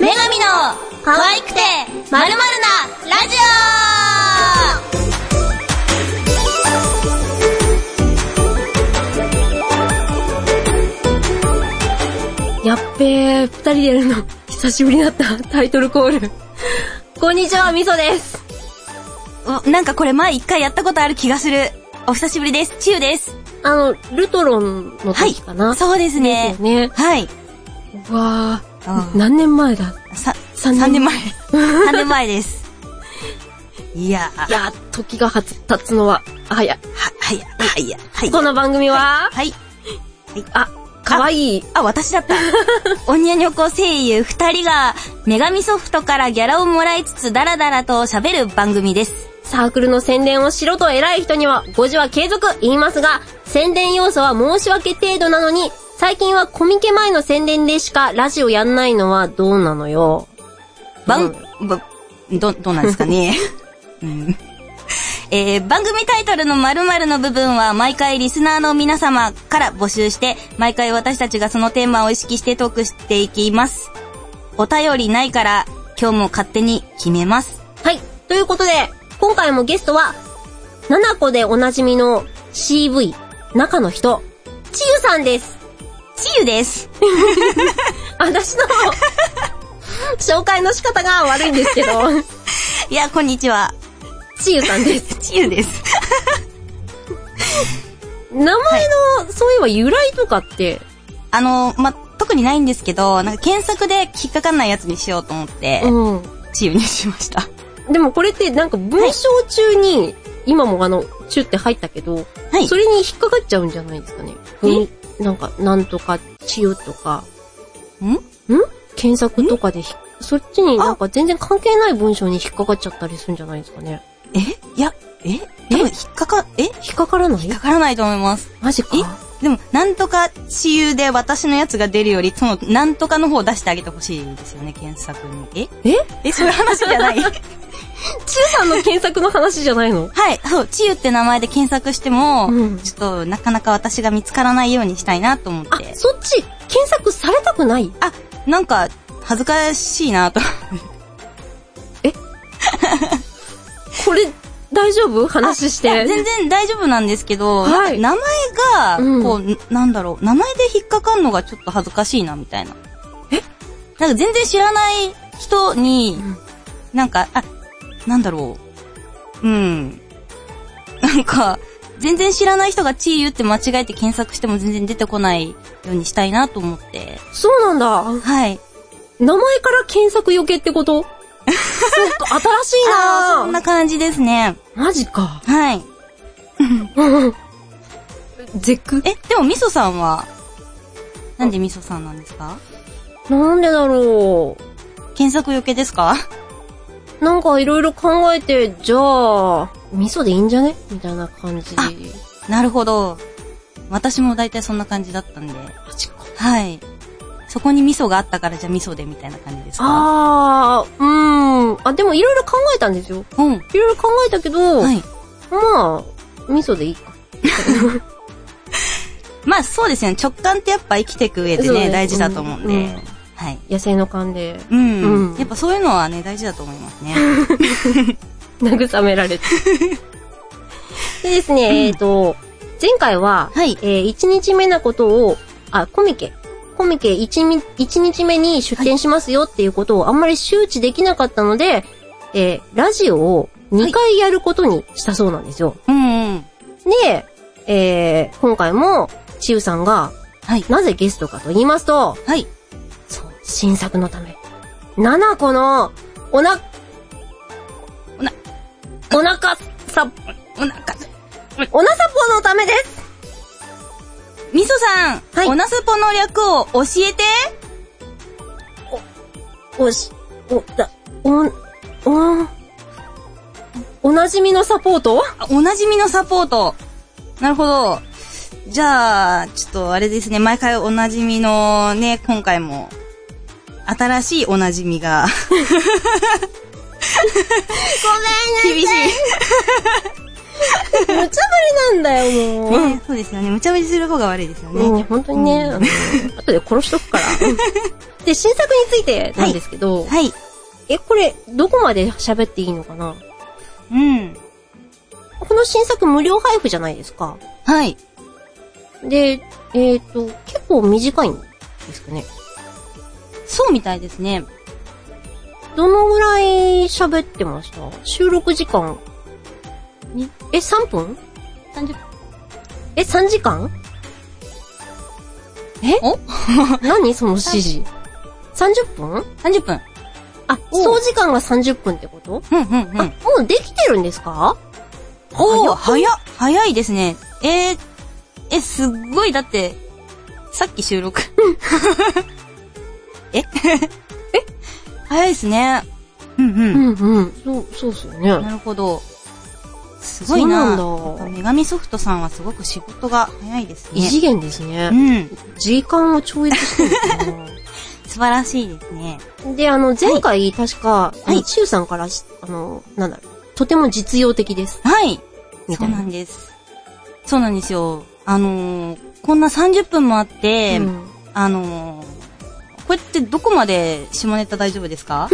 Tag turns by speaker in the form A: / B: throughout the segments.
A: の可愛くてまるまるなラジ
B: やっべー、二人でやるの、久しぶりだった、タイトルコール。こんにちは、みそです。
A: オおなんかこれ前一回やったことある気がする。お久しぶりです。チューです。
B: あの、ルトロンの
A: はい
B: 時かな、。
A: そうですね。
B: ね。
A: はい。
B: うわー、
A: うん
B: 何年前だ
A: さ、
B: 三
A: 3年前。3年 前です。いやー、
B: いやー、時が経つのは、早い。
A: は、はや、はや、は
B: こ
A: や。
B: の番組は、
A: はい。
B: あ、かわいい。
A: あ、私だった。おにゃにょこ声優二人が、女神ソフトからギャラをもらいつつ、ダラダラと喋る番組です。
B: サークルの宣伝をしろと偉い人には、5時は継続言いますが、宣伝要素は申し訳程度なのに、最近はコミケ前の宣伝でしかラジオやんないのはどうなのよ。
A: 番、ば、ど、どうなんですか ね。うんえー番組タイトルの〇〇の部分は毎回リスナーの皆様から募集して、毎回私たちがそのテーマを意識してトークしていきます。お便りないから、今日も勝手に決めます。
B: はい。ということで、今回もゲストは、七個でおなじみの CV、中の人、ちゆさんです。
A: チユです。
B: 私の、 紹介の仕方が悪いん ですけど、
A: いや、こんにちは。
B: ちゆさんです。
A: チユです。
B: 名前の、そういえば由来とかって、
A: あの、ま、特にないんですけど、なんか検索で引っかかんないやつにしようと思って、
B: うん。
A: チユにしました。
B: でもこれってなんか文章中に、今もあの、チュって入ったけど、
A: はい
B: そ。れに引っかかっちゃうんじゃないですかね。文なんか、なんとか、チュとか、
A: ん
B: 検索とかでひそっちになんか全然関係ない文章に引っかかっちゃったりするんじゃないですかね。
A: えいや、ええ引っかか、え
B: 引っかからない
A: 引っかからないと思います。
B: マジか。
A: でも、なんとか治癒で私のやつが出るより、その、なんとかの方を出してあげてほしいですよね、検索に。え
B: え
A: え、そういう話じゃ ないは
B: チュさんの検索の話じゃないの
A: い、そう、治癒って名前で検索しても、
B: うん
A: ちょっと、なかなか私が見つからないようにしたいなと思っ
B: あ
A: て、。
B: そっち、検索されたくない
A: あ、なんか、恥ずかしいなと。
B: これ、大丈夫話し
A: いや
B: て。
A: 全然大丈夫なんですけど、
B: はい
A: なんか名前
B: うん
A: が、こう、んなんだろう、名前で引っかかんのがちょっと恥ずかしいな、みたいな。えなんか全然知らない人に、
B: ん
A: なんか、あ、なんだろう。うん。なんか、全然知らない人がチーユって間違えて検索しても全然出てこないようにしたいなと思って。
B: そうなんだ。
A: はい。
B: 名前から検索余計ってこと そっか、新しい
A: あー
B: な
A: そんな感じですね。
B: マジか。
A: はい。
B: 絶句
A: え、でもみそさんは、なんでみそさんなんですか
B: なんでだろ
A: 検索余計ですか
B: う。なんかいろいろ考えて、じゃあ、味噌でいいんじゃねみたいな感じ。
A: あなるほど。私も大体そんな感じだったんで。
B: マジか。
A: はい。そこに味噌があったからじゃあ味噌でみたいな感じですか
B: あー、うーん。あ、でもいろいろ考えたんですよ。
A: うん。
B: いろいろ考えたけど、
A: はい。
B: まあ、味噌でいいか。
A: まあそうですよね。直感ってやっぱ生きていく上で
B: そうで
A: ね、
B: す
A: 大事だと思うんで。
B: うん
A: はい。
B: 野生の勘で、
A: うん、
B: うん
A: やっぱそういうのはね、大事だと思いますね。
B: 慰め られて。でですね、えっ、と、前回は、
A: はい。
B: えー、1日目なことを、あ、コミケ。コミケ 1, み一日目に出展しますよっていうことをあんまり周知できなかったので、えーラジオを2回やることにしたそうなんですよ。
A: うんうん。
B: で、えー今回も、ちゆさんが、
A: はい。
B: なぜゲストかと言いますと、
A: はい。
B: そう、新作のため、7個の、おな、
A: おな、
B: お腹さ、
A: お腹、
B: おなさぽのためです
A: 味噌さん、
B: はい
A: おなすぽの略を教えて
B: おし、お、だ、お、お、おなじみのサポート
A: あおなじみのサポート。なるほど。じゃあ、ちょっとあれですね、毎回おなじみのね、今回も、新しいおなじみが。ごめんなさい。厳しい。
B: 無茶ぶりなんだよ、もう。
A: ねそうですよね。無茶ぶりする方が悪いですよね。
B: うん、本当にね、
A: うん
B: あの、後で殺しとくから。で、新作についてなんですけど、
A: はい。
B: え、これ、どこまで喋っていいのかな
A: うん。
B: この新作無料配布じゃないですか。
A: はい。
B: で、えっ、と、結構短いんですかね。
A: そうみたいですね。
B: どのぐらい喋ってました収録時間。にえ、3分
A: 30
B: え、3時間
A: えお
B: 何その指示。30分
A: ?30 分。
B: あ、
A: お
B: 総時間が30分ってこと
A: うんうんう
B: あ、
A: ん。
B: もうできてるんですか
A: おお早っ早いですね。えー、え、すっごい、だって、さっき収録。 え え早いですね。うんう。
B: うんんうん。そう、そうっすよ ね。
A: なるほど。すごいな
B: そうなんだ
A: 女神ソフトさんはすごく仕事が早いですね。
B: 異次元です
A: う
B: ね。
A: ん。
B: 時間を超越してるか
A: 素晴らしいですね。
B: な。で、あの、前回、確か、あ
A: は
B: の、
A: い
B: チュウさんから、あの、なんだろう、とても実用的です。
A: はい。
B: み
A: そ
B: た
A: う
B: い
A: な
B: な。
A: んです。そうなんですよ。あのー、こんな30分もあって、
B: うん
A: あのー、これってどこまで下ネタ大丈夫ですか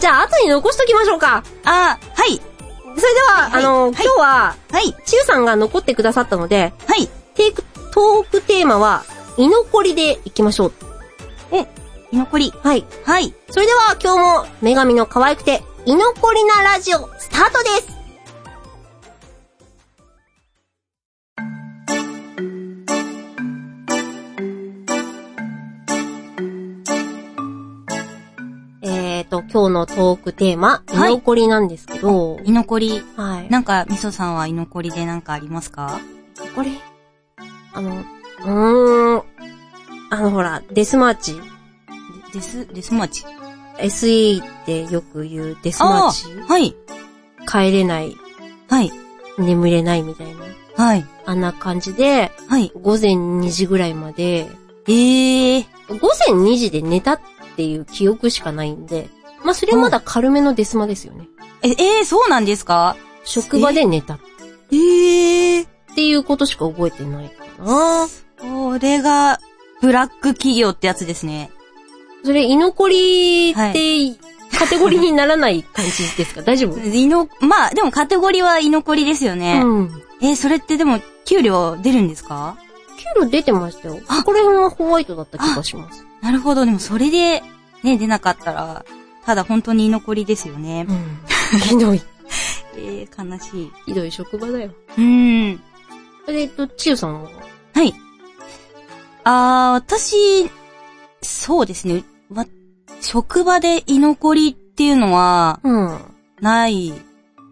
B: じゃあ、後に残しときましょうか。
A: あー、はい、
B: それでは、
A: はい
B: あの、
A: はい
B: 今日は、
A: はい、
B: チュウさんが残ってくださったので、
A: はい。
B: テイク、トークテーマは、居残りでいきましょう。
A: 居残り。
B: はい。
A: はい。
B: それでは、今日も、女神の可愛くて、居残りなラジオ、スタートですえーと、今日のトークテーマ、居
A: はい
B: 残りなんですけど、
A: 居残り。
B: はい。
A: なんか、みそさんは居残りでなんかありますか
B: これ、あの、うーん、あのほら、デスマーチ、
A: デス、デスマーチ。
B: SE ってよく言うデスマーチ、
A: はい、
B: 帰れない、
A: はい、
B: 眠れないみたいな、
A: はい、
B: あんな感じで、
A: はい。
B: 午前2時ぐらいまで、
A: えー、
B: 午前2時で寝たっていう記憶しかないんで、まあそれはまだ軽めのデスマですよね。
A: え、えー、そうなんですか
B: 職場で寝たっ
A: えー、
B: ていうことしか覚えてないかな。
A: これが、ブラック企業ってやつですね。
B: それ、居残りって、カテゴリーにならない感じですか大丈夫
A: 居の、まあ、でもカテゴリーは居残りですよね。
B: うん。
A: えーそれってでも、給料出るんですか
B: 給料出てましたよ。
A: あ
B: これはホワイトだった気がします。
A: なるほど、でもそれで、ね、出なかったら、ただ本当に居残りですよね
B: う。ん。 ひどい。
A: えー、悲しい。
B: ひどい職場だよ。
A: うーん。
B: それで、えっと、ちゆさんは
A: はい。あー、私、そうですね。わ、職場で居残りっていうのは、
B: うん。
A: ない、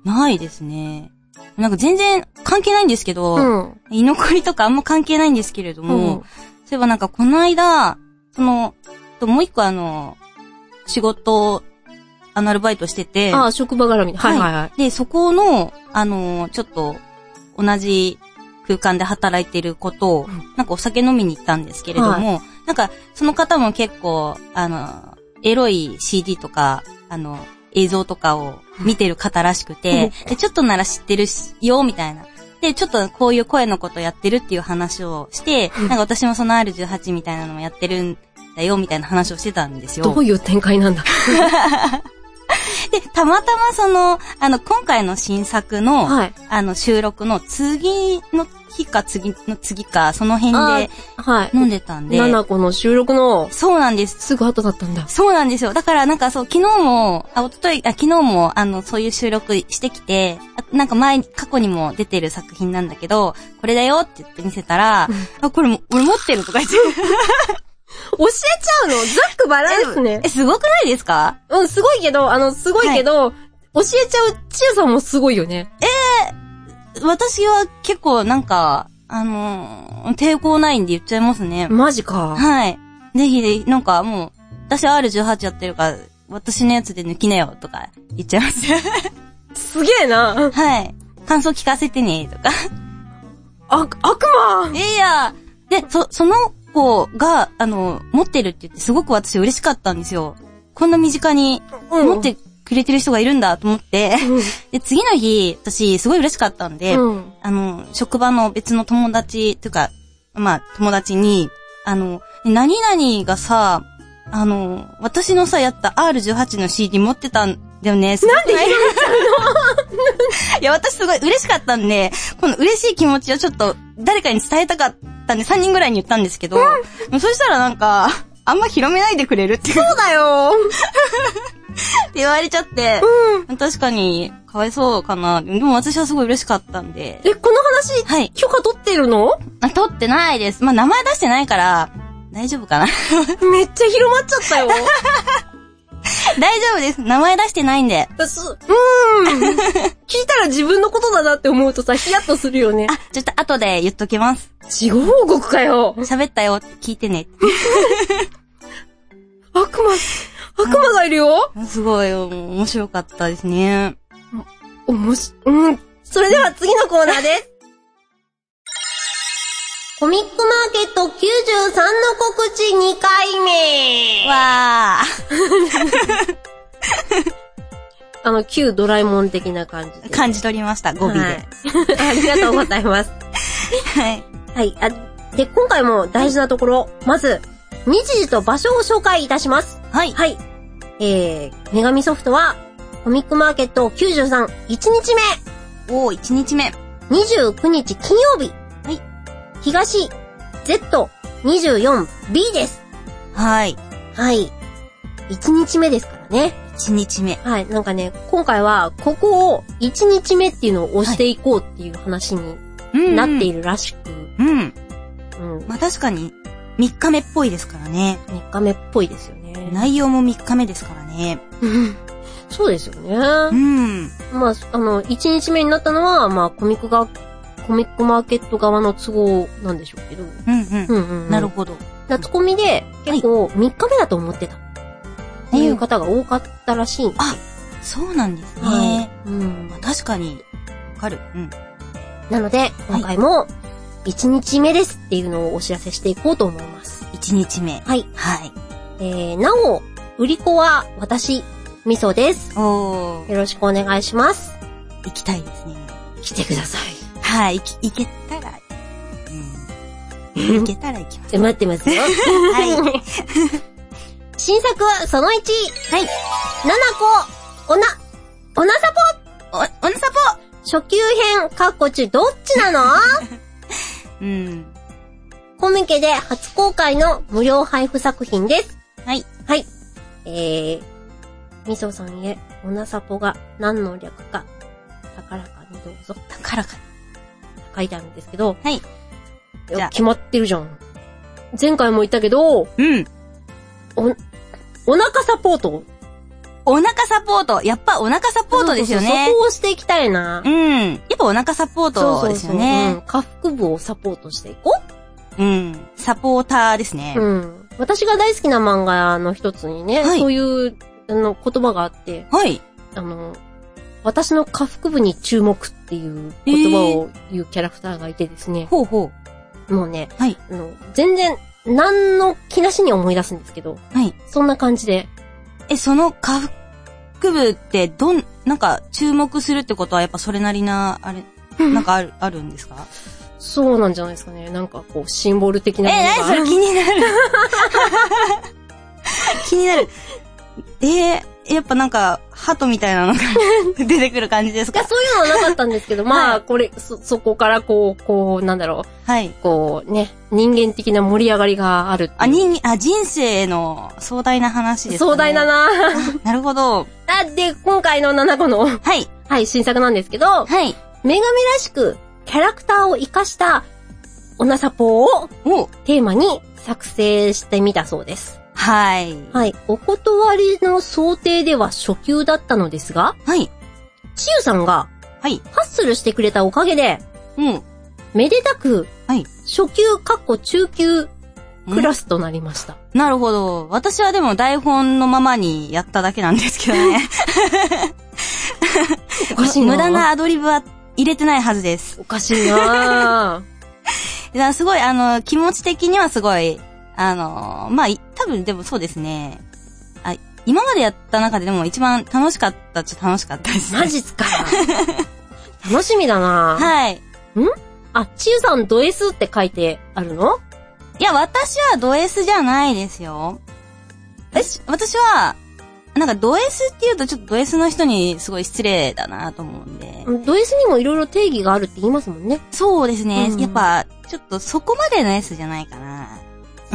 A: ないですね。なんか全然関係ないんですけど、
B: うん。
A: 居残りとかあんま関係ないんですけれども、そういえばなんかこの間、その、ともう一個あの、仕事、あのアルバイトしてて、
B: ああ、職場絡み。はいはいはい。
A: で、そこの、あの、ちょっと、同じ空間で働いてることを
B: うん、
A: なんかお酒飲みに行ったんですけれども、なんか、その方も結構、あの、エロい CD とか、あの、映像とかを見てる方らしくて、で、ちょっとなら知ってるしよ、みたいな。で、ちょっとこういう声のことやってるっていう話をして、
B: うん
A: なんか私もその R18 みたいなのもやってるんだよ、みたいな話をしてたんですよ。
B: どういう展開なんだ。
A: で、たまたまその、あの、今回の新作の、
B: はい。
A: あの、収録の次の日か次の次か、その
B: あ
A: 辺で
B: はい。
A: 飲んでたんで。
B: ナナコの収録の
A: そうなんです。
B: すぐ後だったんだ。
A: そうなんですよ。だからなんかそう、昨日も、あ、おととい、あ、昨日も、あの、そういう収録してきて、あなんか前に、過去にも出てる作品なんだけど、これだよって言って見せたら、あ、これも、俺持ってるとか言って。
B: 教えちゃうのザックバラですね
A: え、。すごくないですか
B: うん、すごいけど、あの、すごいけど、教えちゃうちゆさんもすごいよね。
A: 私は結構なんか、あのー抵抗ないんで言っちゃいますね。
B: マジか。
A: はい。ぜひぜひ、なんかもう、私 R18 やってるから、私のやつで抜きなよとか言っちゃい ます。
B: すげえな。
A: はい。感想聞かせてね、とか。
B: あ、悪魔
A: い やいやで、そ、その子が、あの、持ってるって言ってすごく私嬉しかったんですよ。こんな身近に
B: うん
A: 持ってくくれてる人がいるんだと思って、
B: う
A: で、次の日、私、すごい嬉しかったんで、
B: ん。うん。
A: あの、職場の別の友達、というか、まあ、友達に、あの、何々がさ、あの、私のさ、やった R18 の CD 持ってたんだよね。なんで いや、私すごい嬉しかったんで、この嬉しい気持ちをちょっと誰かに伝えたかったんで、3人ぐらいに言ったんですけど、そしたらなんか、あんま広めないでくれるって
B: そうだよ。
A: って言われちゃって、
B: うん。
A: 確かに、かわいそうかな。でも私はすごい嬉しかったんで。
B: え、この話、
A: はい。
B: 許可取ってるの
A: あ取ってないです。まあ、名前出してないから、大丈夫 かな
B: めっちゃ広まっちゃ ったよ。
A: 大丈夫です。名前出してないんで。
B: すうーん。聞いたら自分のことだなって思うとさ、ヒヤッとするよね。
A: あ、ちょっと後で言っときます。
B: 地獄王国かよ。
A: 喋ったよって聞いてね。
B: 悪魔、悪魔がいるよ。
A: すごい、面白かったですね。
B: おもし、うん。それでは次のコーナーです。コミックマーケット93の告知2回目
A: わ
B: あの、旧ドラえもん的な感じ
A: ー。
B: で。
A: 感じ取りました、語尾で。
B: は
A: はい
B: ありが とうございます。
A: い。
B: はい。あ、で、今回も大事なところ。まず、日時と場所を紹介いたします。
A: はい。
B: はい。えー、女神ソフトは、コミックマーケット93、1日
A: おー、1日目。
B: 目、29日金曜日。
A: はい。
B: 東、Z24B です。
A: はい。
B: はい。1日目ですからね。
A: 1日目。
B: はい。なんかね、今回は、ここを1日目っていうのを押していこうっていう話に
A: うん
B: なってい
A: る。
B: るらしく、
A: うん。
B: うん、
A: まあ、確かに、3日目っぽいですからね。
B: 3日目っぽいですよね。
A: 内容も3日目ですからね。
B: うんそうですよね。
A: うん。
B: まあ、あの、一日目になったのは、まあ、コミックが、コミックマーケット側の都合なんでしょうけど。
A: うんうん。
B: うんうん、うん。
A: なるほど。
B: 夏コミで、結構、3日目だと思ってた。っていう方が多かったらしいんですよ。
A: そうなんですね。
B: はい。うん
A: まあ、。確かに、わかる。うん。
B: なので、今回も、1日目ですっていうのをお知らせしていこうと思います。
A: 1日目。
B: はい。
A: はい。
B: えー、なお、売り子は、私、みそです。
A: おー、
B: よろしくお願いします。
A: 行きたいですね。
B: 来てください。
A: はい、行き、行けたら、うん。行けたら行きます。
B: 待ってますよ。
A: はい。
B: 新作はその1。はい。7個、おな、おなさ
A: お、おなさ
B: ぽ初級編、カッコ中、どっ ちなの
A: ぽうん。
B: コミケで初公開の無料配布作品です。
A: はい。
B: はい。えー、みそさんへ、おなさぽが何の略か、高らかにどうぞ、
A: 宝か。
B: 書いてあるんですけど。
A: はい
B: や。
A: じゃあ
B: 決まってるじゃん。前回も言ったけど、
A: うん。
B: お腹サポート。
A: お腹サポート。やっぱお腹サポートですよ
B: そうそう
A: ね
B: そ。こをしていきたいな。
A: うん。やっぱお腹サポートですよ
B: うん
A: ね。
B: 下腹部をサポートしていこ
A: うん。サポーターですね
B: う。。うん。私が大好きな漫画の一つにね、
A: はい
B: そういう、あの、言葉があって、
A: はい。
B: あの、私の下腹部に注目っていう言葉を言うキャラクターがいてですね、
A: ほうほ
B: もうね、
A: はい
B: あの、全然、何の気なしに思い出すんですけど、
A: う。はい。
B: そんな感じで、
A: え、その下腹部ってどん、なんか注目するってことはやっぱそれなりな、あれ、なんかある、あるんですか
B: そうなんじゃないですかね。なんかこう、シンボル的
A: え、
B: なものが。
A: 何それ気に なる。気になる。えーやっぱなんか、ハトみたい なのが出てくる感じです
B: いや、
A: か
B: そういうのはなかったんですけど、まあ、これ、そ、そこからこう、こう、なんだろう、
A: はい。
B: こうね、人間的な盛り上がりがあるっていう
A: あ、人間、あ、人生の壮大な話ですかね。
B: 壮大だ。な
A: なるほど。
B: あで、今回の7個の、
A: はい。
B: はい、新作なんですけど、
A: はい。
B: 女神らしく、キャラクターを活かした、おなさぽを
A: お
B: テーマに作成してみたそうです。
A: はい。
B: はい、お断りの想定では初級だったのですが、
A: はい。
B: ちゆさんが、
A: はい。
B: ハッスルしてくれたおかげで、
A: うん。
B: めでたく、
A: はい
B: 初級、かっこ中級、クラスとなり ました。
A: なるほど。私はでも台本のままにやっただけなんですけど ね。
B: おかしいな
A: 無駄なアドリブは入れてないはずです。
B: おかしいなぁ。
A: だからすごい、あの、気持ち的にはすごい、あの、まあ、い多分でもそうですね。あ、今までやった中ででも一番楽しかったっちゃ楽しかったですね。
B: マジっすか。楽しみだな
A: はい。
B: あ、ちゆさんド S って書いてあるの
A: いや、私はド S じゃないですよ。私、私は、なんかド S って言うとちょっとド S の人にすごい失礼だなと思うんで。
B: ド S にもいろいろ定義があるって言いますもんね。
A: そうですね。
B: うん
A: やっぱ、ちょっとそこまでの S じゃないかな。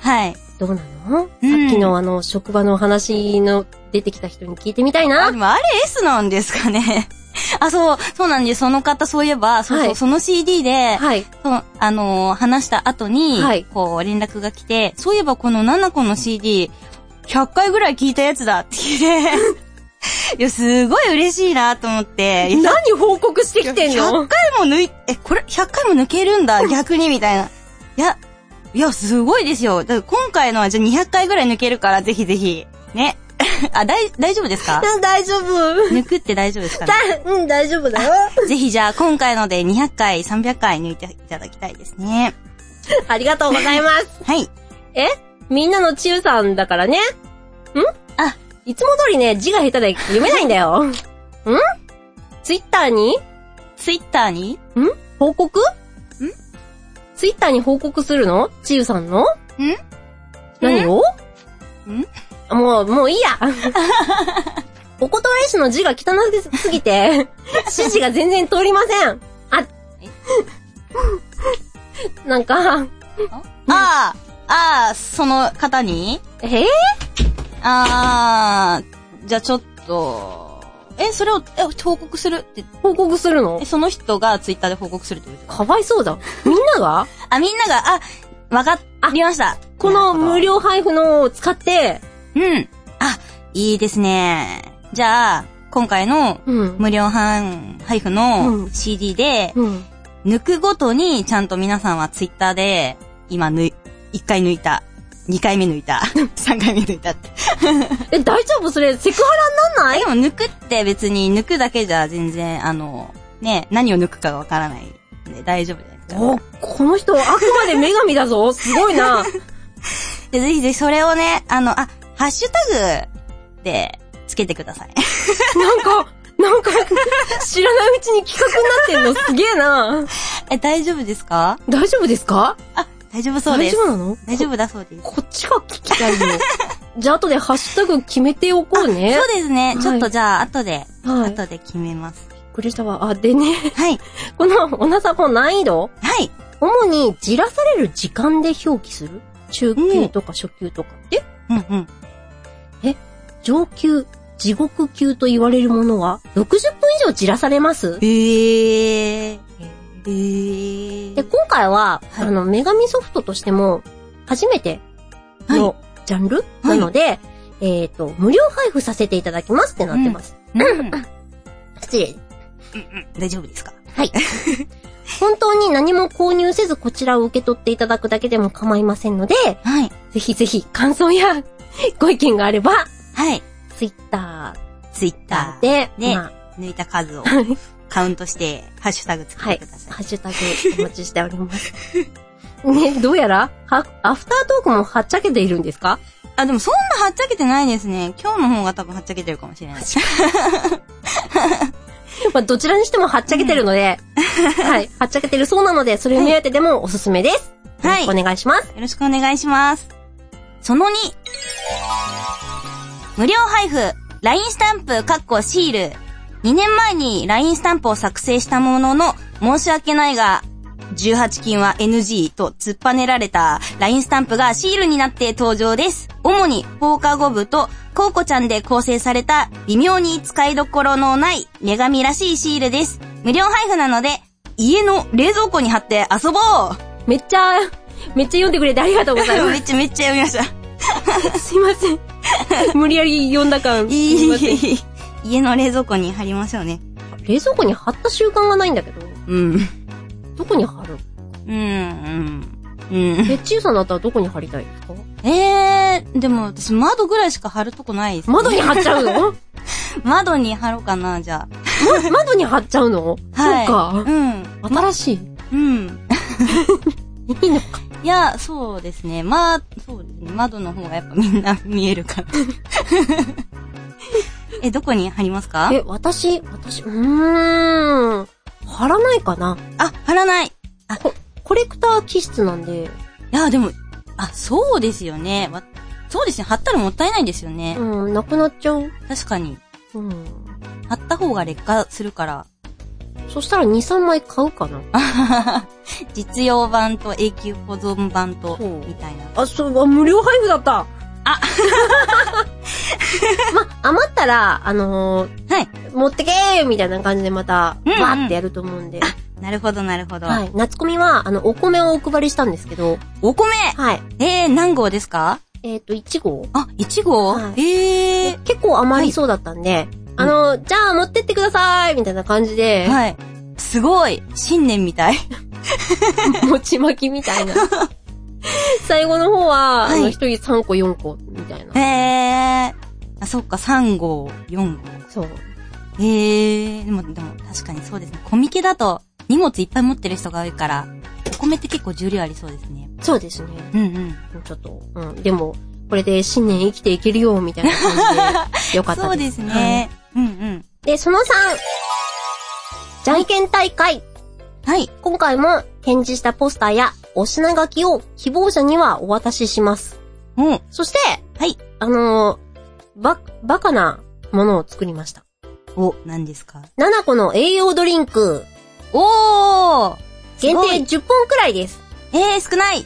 A: はい。
B: どうなの、
A: うん
B: さっきのあの、職場のお話の出てきた人に聞いてみたい
A: あ、
B: な
A: で。もあれ S なんですかね。 あ、そう、そうなんです。その方、そういえば、そうそう、
B: はい
A: その CD で、
B: はい。
A: そのあのー話した後に、
B: はい
A: こう、連絡が来て、そういえばこの7個の CD、100回ぐらい聞いたやつだって聞いて、いや、 すごい嬉しいなと思 って、いや
B: 何報告してきてんの
A: 100回も抜い、え、これ、100回も抜けるん だ、逆に、みたいな。いや、いや、すごいですよ。だから今回のは、じゃあ200回ぐらい抜けるから、ぜひぜひ。ね。 あ、だい、大丈夫です か
B: うん大丈夫。
A: 抜くって大丈夫ですかね
B: だうん、大丈夫だよ。
A: ぜひじゃあ今回ので200回、300回抜いていただきたいですね。
B: ありがとうございます。
A: はい。
B: えみんなのちゆさんだからね。ん
A: あ、
B: いつも通りね、字が下手で読めないんだよ。んツイッターに
A: ツイッターに
B: ん報告んツイッターに報告するのちゆさんのん何を
A: ん
B: あもう、もういいやお断りしの字が汚すぎ て、指示が全然通りませんあ、なんか、
A: ああ、ああ、その方に
B: えー、
A: ああ、じゃあちょっと、え、それを、え、報告するって、
B: 報告するの
A: えその人がツイッターで報告するってことですか
B: かわいそうだ。みん なが
A: あ、みんなが、あ、わかりました。
B: この無
A: 料。
B: 料配布のを使って、
A: うん。あ、いいですね。じゃあ、今回の
B: うん。
A: 無料版配布
B: う
A: の
B: ん
A: CD で、
B: うん。
A: 抜くごとに、ちゃんと皆さんはツイッターで、今抜い、1回抜いた、2回目抜いた、3回目 抜いたって。
B: え、大丈夫それ、セクハラになん
A: あ、
B: ない
A: でも抜くって別に抜くだけじゃ全然、あの、ね、何を抜くかがわからないんで大丈夫じゃないです
B: お
A: か。、
B: この人、あくまで女神だぞ。すごいな。
A: で、ぜひぜひそれをね、あの、あ、ハッシュタグでつけてください。
B: なんか、なんか、知らないうちに企画になってんのすげえな。
A: え、大丈夫ですか
B: 大丈夫ですか
A: あ、大丈夫そうです
B: 大。丈夫なの
A: 大丈夫だそうです。
B: こっちが聞きたいよ。じゃあ後でハッシュタグ決めておこうね
A: そ。うですね。
B: はい
A: ちょっとじゃあ、後で、
B: はい。びっ
A: 後で決めます。
B: くりしたわ。あ、でね、
A: はい。
B: このおなさこの難易度
A: はい。
B: 主にじらされる時間で表記する中級とか初級とか。え
A: うんうん。
B: 上級、地獄級と言われるものは60分以上じらされます
A: ええー。えー。
B: で、今回は、
A: はい
B: あの、女神ソフトとしても、初めてのジャンルなので、えっ、と、無料配布させていただきますってなってます。
A: うん
B: 失礼。
A: 大丈夫ですか
B: 本当に何も購入せずこちらを受け取っていただくだけでも構いませんので、
A: はい。
B: ぜひぜひ感想や ご意見があれば、
A: はい。
B: ツイッタ
A: ツイッタ
B: ー
A: ーで
B: で、
A: ね
B: ま
A: 抜いた数を
B: あ、はい
A: カウントして、ハッシュタグつけてください。
B: ハッシュタグお待ちしております。 ね、どうやら、はアフタートークもはっちゃけているんですか
A: あ、でもそんなはっちゃけてないですね。今日の方が多分はっちゃけてるかもしれない。
B: まあ、どちらにしてもはっちゃけてるので、 はい、はっちゃけてるそうなので、それを目当てでもおすすめです。
A: はい
B: よろしくお願いします。
A: よろしくお願いします。その2。無料配布、LINE スタンプ、カッコシール。2年前に LINE スタンプを作成したものの、申し訳ないが、18金は NG と突っぱねられた LINE スタンプがシールになって登場です。主に放課後部とコウコちゃんで構成された微妙に使いどころのない女神らしいシールです。無料配布なので、家の冷蔵庫に貼って遊ぼ う
B: めっちゃ、めっちゃ読んでくれてありがとうござい
A: め
B: ま
A: っちゃめっちゃ読みました。
B: す。すいません。 無理やり読んだ感。
A: いい
B: すません
A: いい 家の冷蔵庫に貼りましょうね。
B: 冷蔵庫に貼った習慣がないんだけど、
A: うん。
B: どこに貼る
A: うん、うん。うん。
B: え、ちゆさんだったらどこに貼りたいですか
A: えー、でも私窓ぐらいしか貼るとこないです、ね。
B: 窓に貼っちゃ うの
A: 窓に貼ろうかな、じゃ
B: ま窓に貼っちゃうの
A: あ。はい。
B: そう
A: うん。
B: か。新しい。
A: うん。
B: いいのか。
A: いや、そうですね。まあ、そうですね。窓の方がやっぱみんな見える から。え、どこに貼りますか
B: え、私、私、うーん。貼らないかな。
A: あ、貼らない。い
B: コレクター気質なんで。
A: や、でも、あ、そうですよね。わそうですね。貼ったらもったいないですよね。
B: うん、なくなっちゃう。
A: 確かに。
B: うん。
A: 貼った方が劣化するから。
B: そしたら2、3枚買うかな。
A: 実用版と永久保存版と
B: そ、う
A: みたいな。
B: あ、そう、あ無料配布だった。
A: あ
B: ま、余ったら、あのー
A: はい。
B: 持ってけーみたいな感じでまた、
A: うんうん
B: バーってやると思うんで。
A: なるほど、なるほど。
B: はい。夏コミは、あの、お米をお配りしたんですけど、
A: お米
B: はい。
A: えー、何号ですか
B: えっ、と、1号
A: あ、1号、
B: はい
A: えー。
B: 結構余りそうだったんで、あのーじゃあ持ってってくださいみたいな感じで、
A: はい。すごい。新年みたい。
B: 餅巻きみたいな。最後の方は、あ
A: は
B: の、
A: い
B: 一人3個4個、みたいな。
A: へー。あ、そっか、3号、4号。
B: そう。
A: へー。でも、でも、確かにそうですね。コミケだと、荷物いっぱい持ってる人が多いから、お米って結構重量ありそうですね。
B: そうですね。
A: うんうん。
B: ちょっと、うん。でも、これで新年生きていけるよ、みたいな感じで、よかったです。
A: そうですね。うんうん。
B: で、その3。じゃんけん大会。
A: はい。
B: 今回も展示したポスターやお品書きを希望者にはお渡しします。
A: おう
B: そして、
A: はい。
B: あのーば、バカなものを作りました。
A: お、何ですか
B: 7個の栄養ドリンク、
A: おー
B: 限
A: すご
B: 定
A: い
B: 10本くらいです。
A: えー、少ない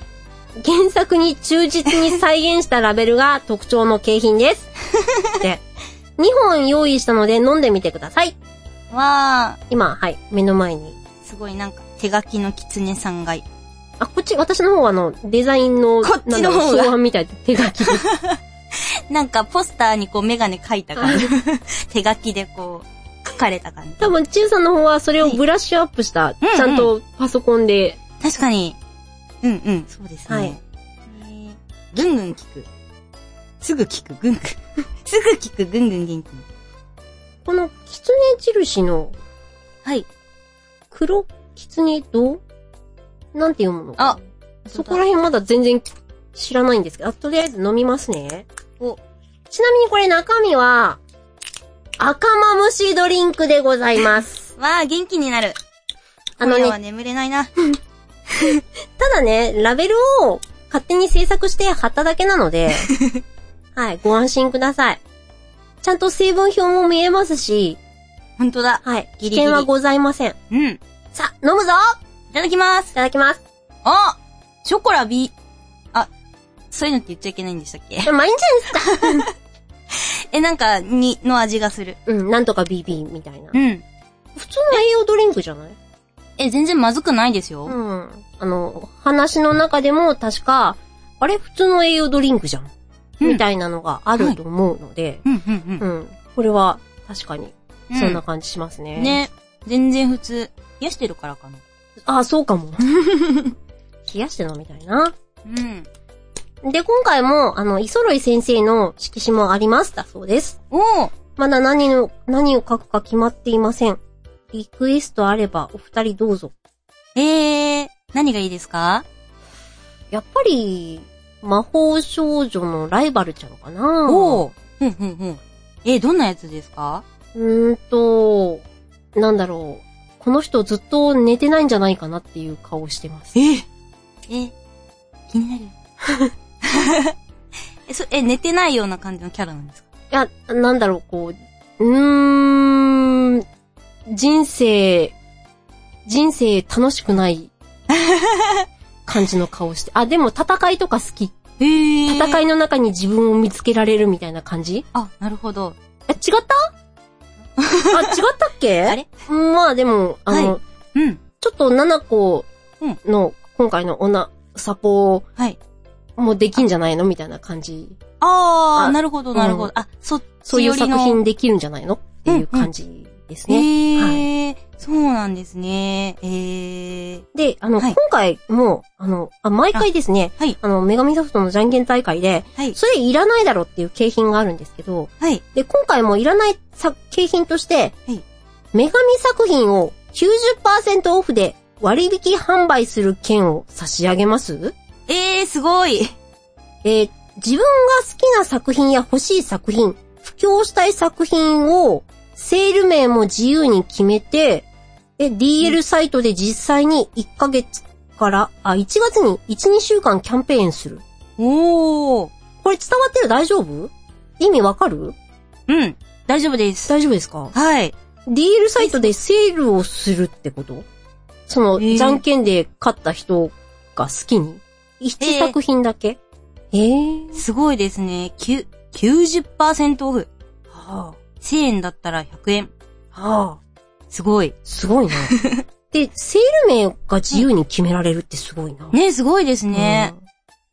B: 原作に忠実に再現したラベルが特徴の景品です。で、2本用意したので飲んでみてください。
A: わー。
B: 今、はい、目の前に。
A: すごい、なんか、手書きの狐さんが、
B: あ、こっち、私の方はあの、デザインの、
A: こっちの方が
B: なんだろう草案みたいな手書き。
A: なんかポスターにこうメガネ描いた 感じ。手書きでこう、書かれた 感じ。
B: 多分、ちゆさんの方はそれをブラッシュアップした、
A: うんうん
B: ちゃんとパソコンで、
A: 確かに。うんうん、そうですね。
B: はい
A: えーぐんぐん聞く。すぐ聞く、ぐんぐん。 すぐ聞く、ぐんぐん元気に。
B: この、狐印の
A: はい。
B: 黒狐堂なんて読むの
A: あ、
B: そこら辺まだ全然知らないんですけど、あとりあえず飲みますね。
A: お
B: ちなみにこれ中身は、赤マムシドリンクでございます。
A: わあ、元気になる。
B: あの
A: 今夜は
B: ね、
A: 眠れないな。
B: ただね、ラベルを勝手に制作して貼っただけな ので、はい、ご安心ください。ちゃんと成分表も見えますし、
A: ほんとだ。
B: はい、
A: ギリギリ
B: 危険はございません。
A: うん。い
B: さあ、飲むぞ
A: ただきま
B: い
A: す。
B: ただきます。
A: あショコラビ、あ、そういうのって言っちゃいけないんでしたっけ
B: うまいんじ
A: え、なんか、に、の味がする。
B: ゃんうん、なんとか BB みたいな。
A: うん。
B: 普通の栄養ドリンクじゃない
A: え、全然まずくないですよ。
B: うん。あの、話の中でも確か、あれ普通の栄養ドリンクじゃん。
A: うん
B: みたいなのがあると思うので、
A: うん、うん、
B: うん。これは確かに、
A: うん。
B: そんな感じしますね。。
A: ね。全然普通。冷やしてるからかな。
B: あ、そ うかも。冷やして飲みたいな。
A: うん。
B: で、今回も、あの、磯ロイ先生の色紙もありましたそうです。
A: おー
B: まだ何の、何を書くか決まっていません。リクエストあれば、お二人どうぞ。
A: えー、何がいいですか
B: やっぱり、魔法少女のライバルちゃんかな
A: おーふんふんふん。えー、どんなやつですか
B: うーんと、なんだろう。この人ずっと寝てないんじゃないかなっていう顔してます。
A: ええ、気にな る。え、そ、え、寝てないような感じのキャラなんですか
B: いや、なんだろう、こう、うーん、人生、人生楽しくない 感じの顔して。あ、でも戦いとか好き。
A: えー
B: 戦
A: い。
B: いの中に自分を見つけられるみたいな感じ
A: あ、なるほど。
B: あ、違ったあ、違ったっけ
A: あれ
B: うんまあでも、あの、
A: はうん。
B: ちょっと七個の、今回の女、サポ
A: はい。
B: もできんじゃないのみたいな感じ。
A: あー、
B: あ
A: なるほど、なるほど。あ、そっ
B: そう
A: ち
B: い
A: よ
B: う
A: り
B: 作
A: の。
B: 品できるんじゃないのっていう感じですね。
A: えー、そうなんですね。えー、
B: で、あの、
A: はい
B: 今回も、あの、あ毎回ですね、
A: あはい
B: あの、女神ソフトのじゃんけん大会で、
A: はい。
B: それいらないだろっていう景品があるんですけど、
A: はい。
B: で、今回もいらないさ景品として、
A: はい
B: 女神作品を90%オフで割引販売する券を差し上げます
A: えー、すごい。
B: えー自分が好きな作品や欲しい作品、布教したい作品を、セール名も自由に決めて、え、DL サイトで実際に1ヶ月から、あ、1月に1、2週間キャンペーンする。
A: おー。
B: これ伝わってる大丈夫意味わかる
A: うん。大丈夫です。
B: 大丈夫ですか
A: はい。
B: ?DL サイトでセールをするってことその、
A: えー
B: じゃんけんで勝った人が好きに。1作品だけ。えー、
A: すごいですね。きゅ90%オフ。
B: は
A: 1000円だったら100円。
B: あ、はあ。
A: すごい。
B: すごい な。で、セール名が自由に決められるってすごいな。
A: ねすごいです
B: うん
A: ね、。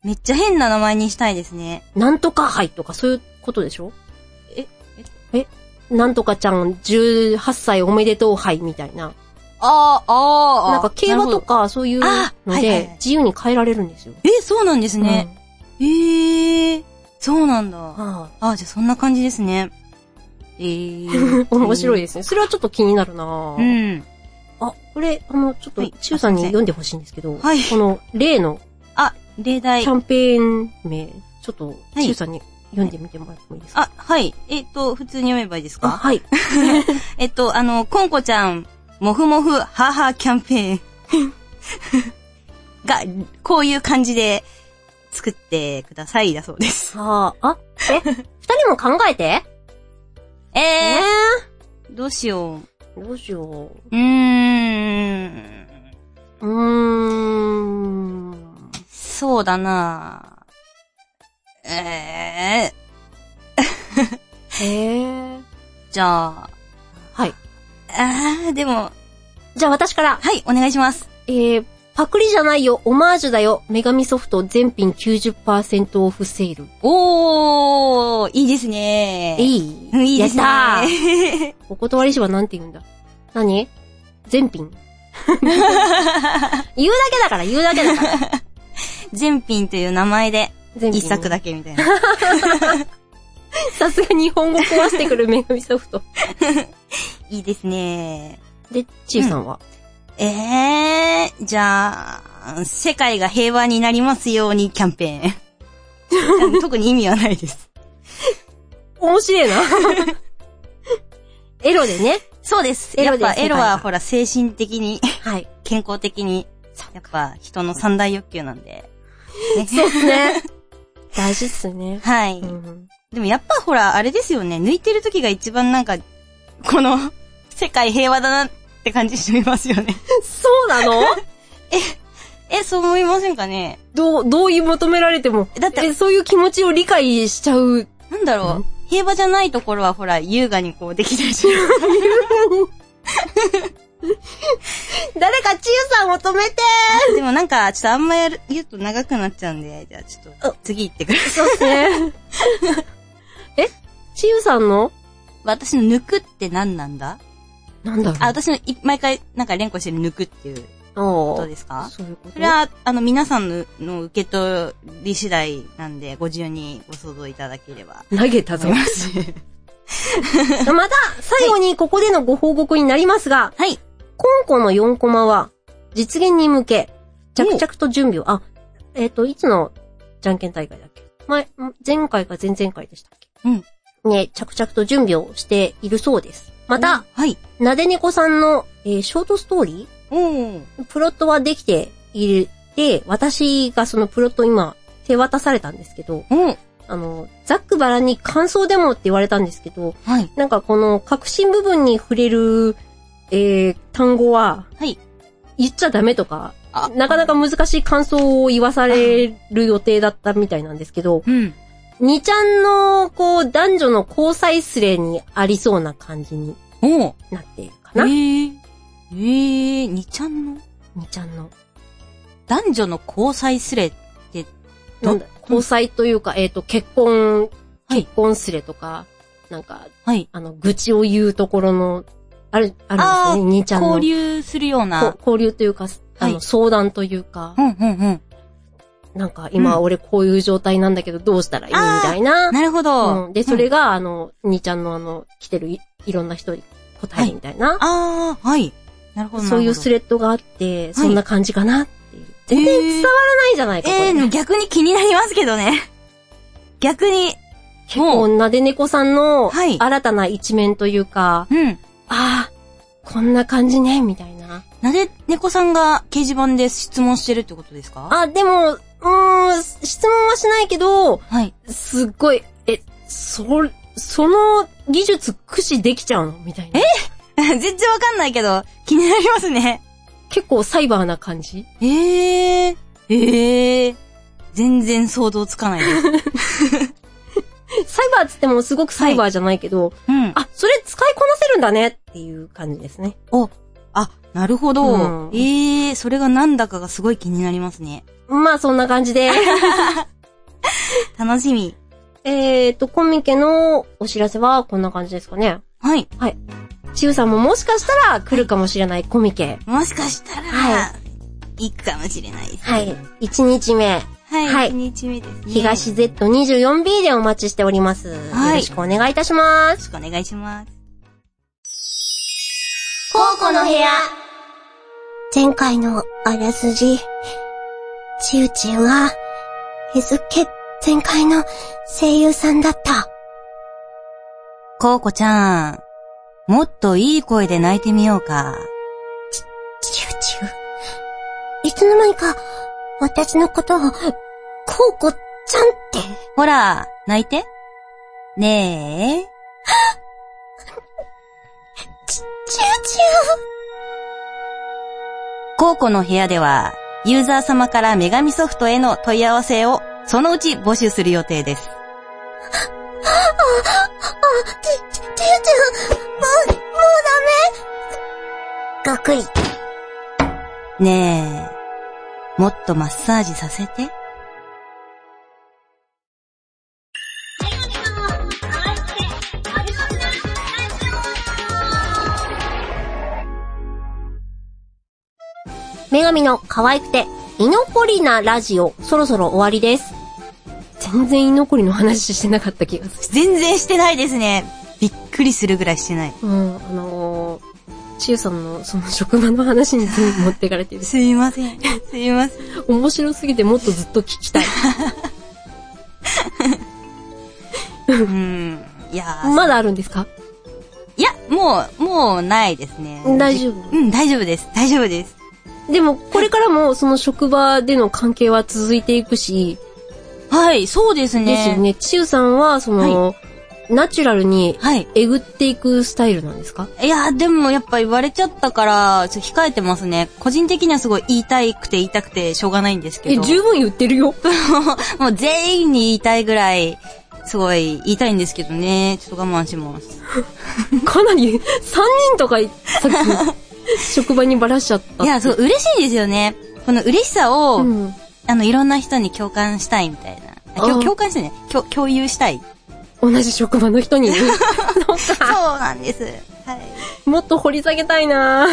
A: めっちゃ変な名前にしたいですね。
B: なんとか杯とかそういうことでしょ
A: え、
B: え、なんとかちゃん18歳おめでとう杯みたいな。
A: あー、あ
B: なんか競馬と。かそういう
A: あ
B: の
A: はいはいはい
B: で自由に変えられるんですよ。
A: え、そうなんですね。えー、そうなん
B: うん。
A: だ。
B: は
A: あ、じゃあそんな感じですね。えー
B: あ。 面白い
A: す。
B: ですね。それはちょっと気になるなぁ
A: うん。
B: あ、これ、あの、ちょっと
A: はい、
B: 中さん
A: あす
B: に
A: いません
B: 読んでほしいんですけど、
A: はい
B: この例の
A: あ、例
B: キ
A: 題。
B: ャンペーン名、ちょっと、
A: い
B: 中さんに読んでみてもらってもいいですか
A: あ、はい。えっ、と、普通に読めばいいですか
B: あ、はい。
A: えっと、あの、コンコちゃん、もふもふ、ハハキャンペーン。 が、こういう感じで作ってくださいだそうです。
B: さあ、あ、え、二人も考えて。
A: え
B: え
A: えー、どうしよう。
B: ー、どうしよう。
A: うーん、
B: うーん。
A: そうだなええ
B: えー。
A: じゃあ、
B: はい。
A: あー、でも、
B: じゃあ私から、
A: はい、お願いします。
B: えー、パクリじゃないよ、オマージュだよ、女神ソフト全品90%オフセール。
A: おー、いいですね
B: えい
A: うんいいですね
B: やったーお断りしはなんて言うんだ。何全品。言うだけだから、言うだけだから。
A: 全品という名前で、
B: 全品
A: 一作だけみたい な。
B: さすが日本語壊してくる女神ソフト。
A: いいですね
B: で、ちーさんは、
A: ええー、じゃあ、世界が平和になりますようにキャンペ ーン。特に意味はないです。
B: 面白いな。 エロでね。
A: そうです。
B: エ
A: や
B: ロ
A: っ
B: です
A: ぱエロ
B: 世界が
A: はほら精神的 に、
B: はい。
A: 健康的に、やっぱ人の三大欲求なんで。
B: そうっすね。 大事っすね。
A: はい。
B: うん。
A: でもやっぱほら、あれですよね。抜いてる時が一番なんか、この、世界平和だなって感じしてみますよね。
B: そうなの
A: え、そう思いませんかね
B: どう、同意求められても。
A: だって
B: えそういう気持ちを理解しちゃう。
A: なんだろう。平和じゃないところはほら、優雅にこうできたりします
B: 誰かちゆさんを止めて
A: でもなんか、ちょっとあんまやる、言うと長くなっちゃうんで、じゃあちょっと、次行ってください。
B: そうっす ね。えちゆさんの
A: 私の抜くって何なんだ
B: なんだろう
A: あ、私のい、毎回、なんか連呼してる抜くっていうこ
B: そ
A: とですか
B: そういうこと
A: それは、あの、皆さんのの受け取り次第なんで、ご自由にご想像いただければ。
B: 投げたぞ。 ま
A: ます。
B: た、最後にここでのご報告になりますが、
A: はい。
B: コンコの4コマは、実現に向け、着々と準備を、あ、えっ、と、いつのじゃんけん大会だっけ前、ん前回か前々回でしたっけ
A: うん。
B: ね、着々と準備をしているそうです。また、
A: はい。
B: なで猫さんの、えーショートストーリ
A: おー。
B: ープロットはできている。で、私がそのプロットを今、手渡されたんですけど、
A: おー。
B: あの、ざっくばらんに感想でもって言われたんですけど、
A: はい。
B: なんかこの核心部分に触れる、えー、単語は、
A: はい。
B: 言っちゃダメとか、
A: あ
B: なかなか難しい感想を言わされる予定だったみたいなんですけど、
A: うん。
B: 2ちゃんの、こう、男女の交際スレにありそうな感じに
A: おー。
B: なっているか
A: え
B: な。
A: ー。えー、にちゃんの
B: 2ちゃんの。
A: 男女の交際スレ。
B: なんだ、交際というか、えっ、と、結婚、
A: はい
B: 結婚スレとか、なんか、
A: はい。
B: あの、愚痴を言うところの、ある、あるんですね、2ちゃんの。
A: 交流するような
B: こ。交流というか、あの、
A: はい
B: 相談というか
A: う、ん、うん、うん。
B: なんか、今俺こういう状態なんだけど、どうしたらいいみたいな。
A: なるほど。
B: うん、で、それが、あの、兄ちゃんのあの、来てるいいろんな人に答えるみたいな、
A: ああ、はい。なるほど。
B: そういうス
A: れ。
B: レッドがあって、そんな感じかなっていう。
A: えー
B: 伝わらないじゃないか、これ。
A: えー、でも逆に気になりますけどね。逆に、も
B: こ
A: う、
B: んなで猫さんの
A: はい
B: 新たな一面というか、
A: うん。
B: ああ、こんな感じね、みたいな。
A: なぜ猫さんが掲示板で質問してるってことですか
B: あ、でも、うーん、質問はしないけど、
A: はい。
B: すっごい、え、そ、その技術駆使できちゃうのみたいな。え
A: 全然わかんないけど、気になりますね。
B: 結構サイバーな感じ
A: ええええ全然想像つかないです。
B: サイバーっつってもすごくサイバーじゃないけど、
A: うん。
B: あ、それ使いこなせるんだねっていう感じですね。
A: あ、なるほど。
B: うん
A: ええそれがなんだかがすごい気になりますね。
B: まあそんな感じで。
A: 楽しみ。
B: えっと、コミケのお知らせはこんな感じですかね。
A: はい。
B: ちゆさんももしかしたら来るかもしれないコミケ。
A: もしかしたら、
B: は
A: 行くかもしれないです。
B: はい。1日目、
A: はい。
B: はい
A: 1日目ですね。よ
B: 東Z24B でお待ちしております。
A: はい
B: よろしくお願いいたしま
A: ろ
B: す。
A: しくお願いします。
B: 高校の部屋。
C: 前回のあらすじ。ちゆちゆは、日付前回の声優さんだった。
A: コウコちゃん、もっといい声で泣いてみようか。
C: ちゆちゆ。いつの間にか、私のことを、こうこちゃんって。
A: ほら、泣いて。ねえ。
C: ちゆちゆ。
A: 高校の部屋では、ユーザー様から女神ソフトへの問い合わせを、そのうち募集する予定です。
C: ち、ち、ちゆちゆ。もう、もうダメ。がっくり。
A: ねえ、もっとマッサージさせて。
B: 女神の可愛くて、居残りなラジオ、そろそろ終わりです。全然居残りの話してなかった気がする。
A: 全然してないですね。びっくりするぐらいしてない。
B: うん、あのー、ちゆさんのその職場の話に全部持ってかれてる。
A: すいません。 すいません。
B: 面白すぎてもっとずっと聞きたい。
A: うん。いや ー
B: まだあるんですか
A: いや、もう、もうないですね。
B: 大丈
A: う
B: 夫。
A: ん、大丈夫です。大丈夫です。
B: でも、これからもその職場での関係は続いていくし、
A: はい、そうですね。
B: ですよね。ちゆさんは、その、ナチュラルに
A: はい。
B: えぐっていくスタイルなんですか
A: いや、でもやっぱ言われちゃったから、ちょっと控えてますね。個人的にはすごい言いたいくて言いたくてしょうがないんですけ
B: え、
A: ど。
B: 十分言ってる よ。
A: もう全員に言いたいぐらい、すごい言いたいんですけどね。ちょっと我慢します。
B: かなり、3人とか、さっき、職場にばらしちゃった。
A: いや、そう、嬉しいですよね。この嬉しさを、
B: うん。
A: あの、いろんな人に共感したいみたいな。あ
B: あ
A: 共
B: ー
A: 共感したいね。共共有したい。
B: 同じ職場の人 に。そう
A: そう
B: か。
A: なんです。はい。
B: もっと掘り下げたい な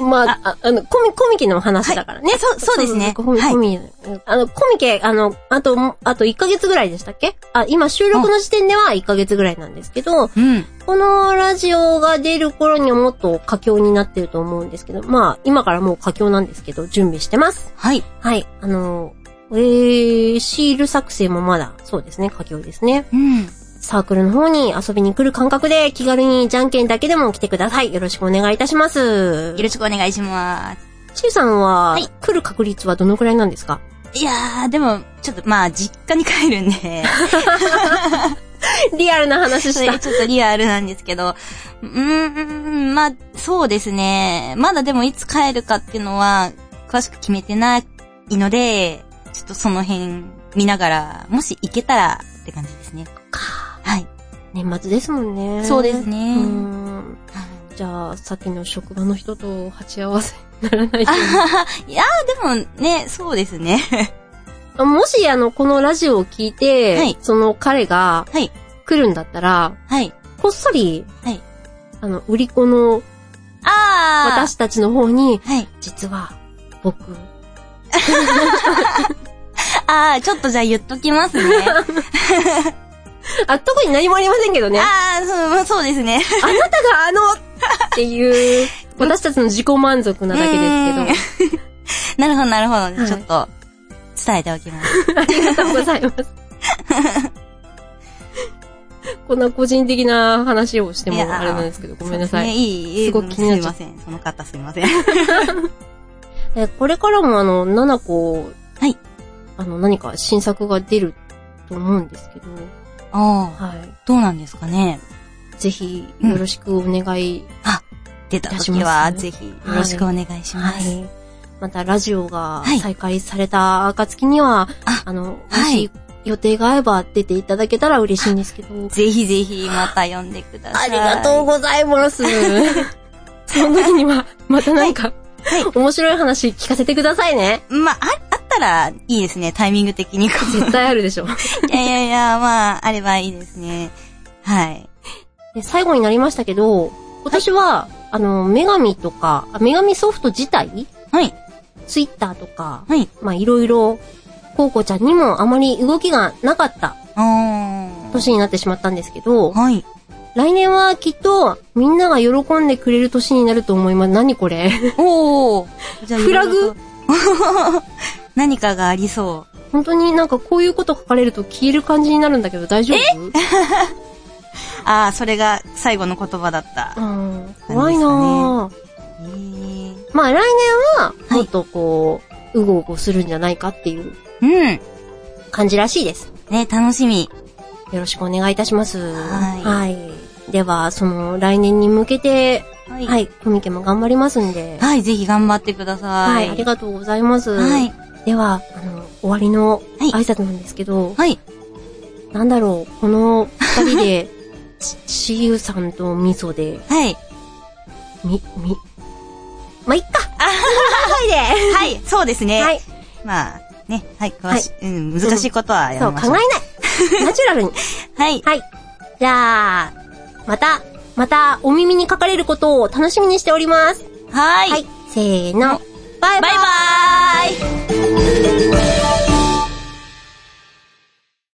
B: まあ、ああの、コミ、コミケの話だからね。
A: はいそうそうですね
B: コミ、
A: はい
B: コミ、あの、コミケ、あの、あと、もあと1ヶ月ぐらいでしたっけあ、今収録の時点では1ヶ月ぐらいなんですけど、
A: うん。
B: このラジオが出る頃にはもっと佳境になってると思うんですけど、まあ、今からもう佳境なんですけど、準備してます。
A: はい。
B: はい、あの、えー、シール作成もまだ、そうですね、佳境ですね。
A: うん。
B: サークルの方に遊びに来る感覚で気軽にじゃんけんだけでも来てください。よろしくお願いいたします
A: よ。ろしくお願いします。
B: ちゆさんは、
A: はい
B: 来る確率はどのくらいなんですか
A: いやー、でも、ちょっと、まあ、実家に帰るん で、
B: リアルな話
A: それが。ちょっとリアルなんですけど、うーん、まあ、そうですね。まだでもいつ帰るかっていうのは、詳しく決めてないので、ちょっとその辺見ながら、もし行けたらって感じですね。はい。
B: 年末ですもんね。
A: そうですね
B: うーん。じゃあ、さっきの職場の人と鉢合わせにならないように
A: いやー、でもね、そうですね。
B: あもし、あの、このラジオを聞いて、
A: はい
B: その彼が
A: はい。
B: 来るんだったら、
A: はい。
B: こっそり、
A: はい
B: あの、売り子の
A: あー。
B: 私たちの方に、
A: はい。
B: 実は、僕、
A: あー、ちょっとじゃあ言っとき ますね。
B: あ、特に何もありませんけどね。
A: あー、そうまあ、そうですね。
B: あな たがあの、っていう、私たちの自己満足なだけですけど。
A: なるほど、なるほど。
B: い
A: ちょっと、伝えておきます。
B: ありがとうござい ます。こんな個人的な話をしても
A: いやー
B: あれなんですけど、ごめんなさ
A: そう
B: い。
A: ですねいい、いい。
B: すごく気になっちゃう
A: すいません。その方すいません。
B: えこれからもあの、ななこ、
A: はい。
B: あの、何か新作が出ると思うんですけど、
A: ああ、
B: はい。
A: どうなんですかね。
B: ぜひ、よろしくお願い、
A: 出た
B: いたしま
A: 時
B: す
A: は、ぜひ、よろしくお願いしま
B: は
A: す。
B: い。また、ラジオが
A: はい
B: 再開された暁には、
A: あ
B: あの、も
A: はい
B: し予定が合えば出ていただけたら嬉しいんですけど、
A: ぜひぜひ、また呼んでくださ
B: あ
A: い。
B: りがとうございます。 その時には、またなんか、面白い話聞かせてくださいね。
A: まあ、ああったら、いいですね。タイミング的に。こう
B: 絶対あるでしょ。
A: いやいやいや、まあ、あればいいですね。はい。
B: で最後になりましたけど、今年は、あの、女神とか、あ女神ソフト自体
A: はい。
B: ツイッターとか、
A: はい。
B: まあいろいろ、コウコちゃんにもあまり動きがなかった
A: あー。
B: 年になってしまったんですけど、
A: はい。
B: 来年はきっとみんなが喜んでくれる年になると思います。何これ
A: おー。じゃあ
B: フラグ
A: いろいろと 何かがありそ
B: 本当になんかこういうこと書かれると消える感じになるんだけど大丈夫
A: う。あー、それが最後の言葉だった。
B: うん怖いなぁ、
A: えー
B: まあ来年は、
A: はい
B: もっとこう、うごうごするんじゃないかっていう
A: うん。
B: 感じらしいです。
A: ね、楽しみ。
B: よろしくお願いいたします。
A: はい
B: はいでは、その、来年に向けて、
A: は。
B: はいい、コミケも頑張りますんで、
A: はい、ぜひ頑張ってくださ。
B: はいい、ありがとうございます。
A: はい。
B: では、あの、終わりの
A: はい
B: 挨拶なんですけど、
A: はい。
B: なんだろう、この二人で、 ち、ちゆさんとみそで、
A: はい。
B: み、み、まあ、いっか
A: はい、そうですね。
B: はい。
A: まあ、ね、はい、詳しい、うん、難しいことはや
B: そ
A: め
B: う、
A: ま
B: 考
A: しょう。
B: えない。ナチュ ラルに。
A: はい。
B: はい。じゃあ、また、またお耳にかかれることを楽しみにしております。
A: はい。
B: はい。せーの。バイバイ。
A: バイバーイ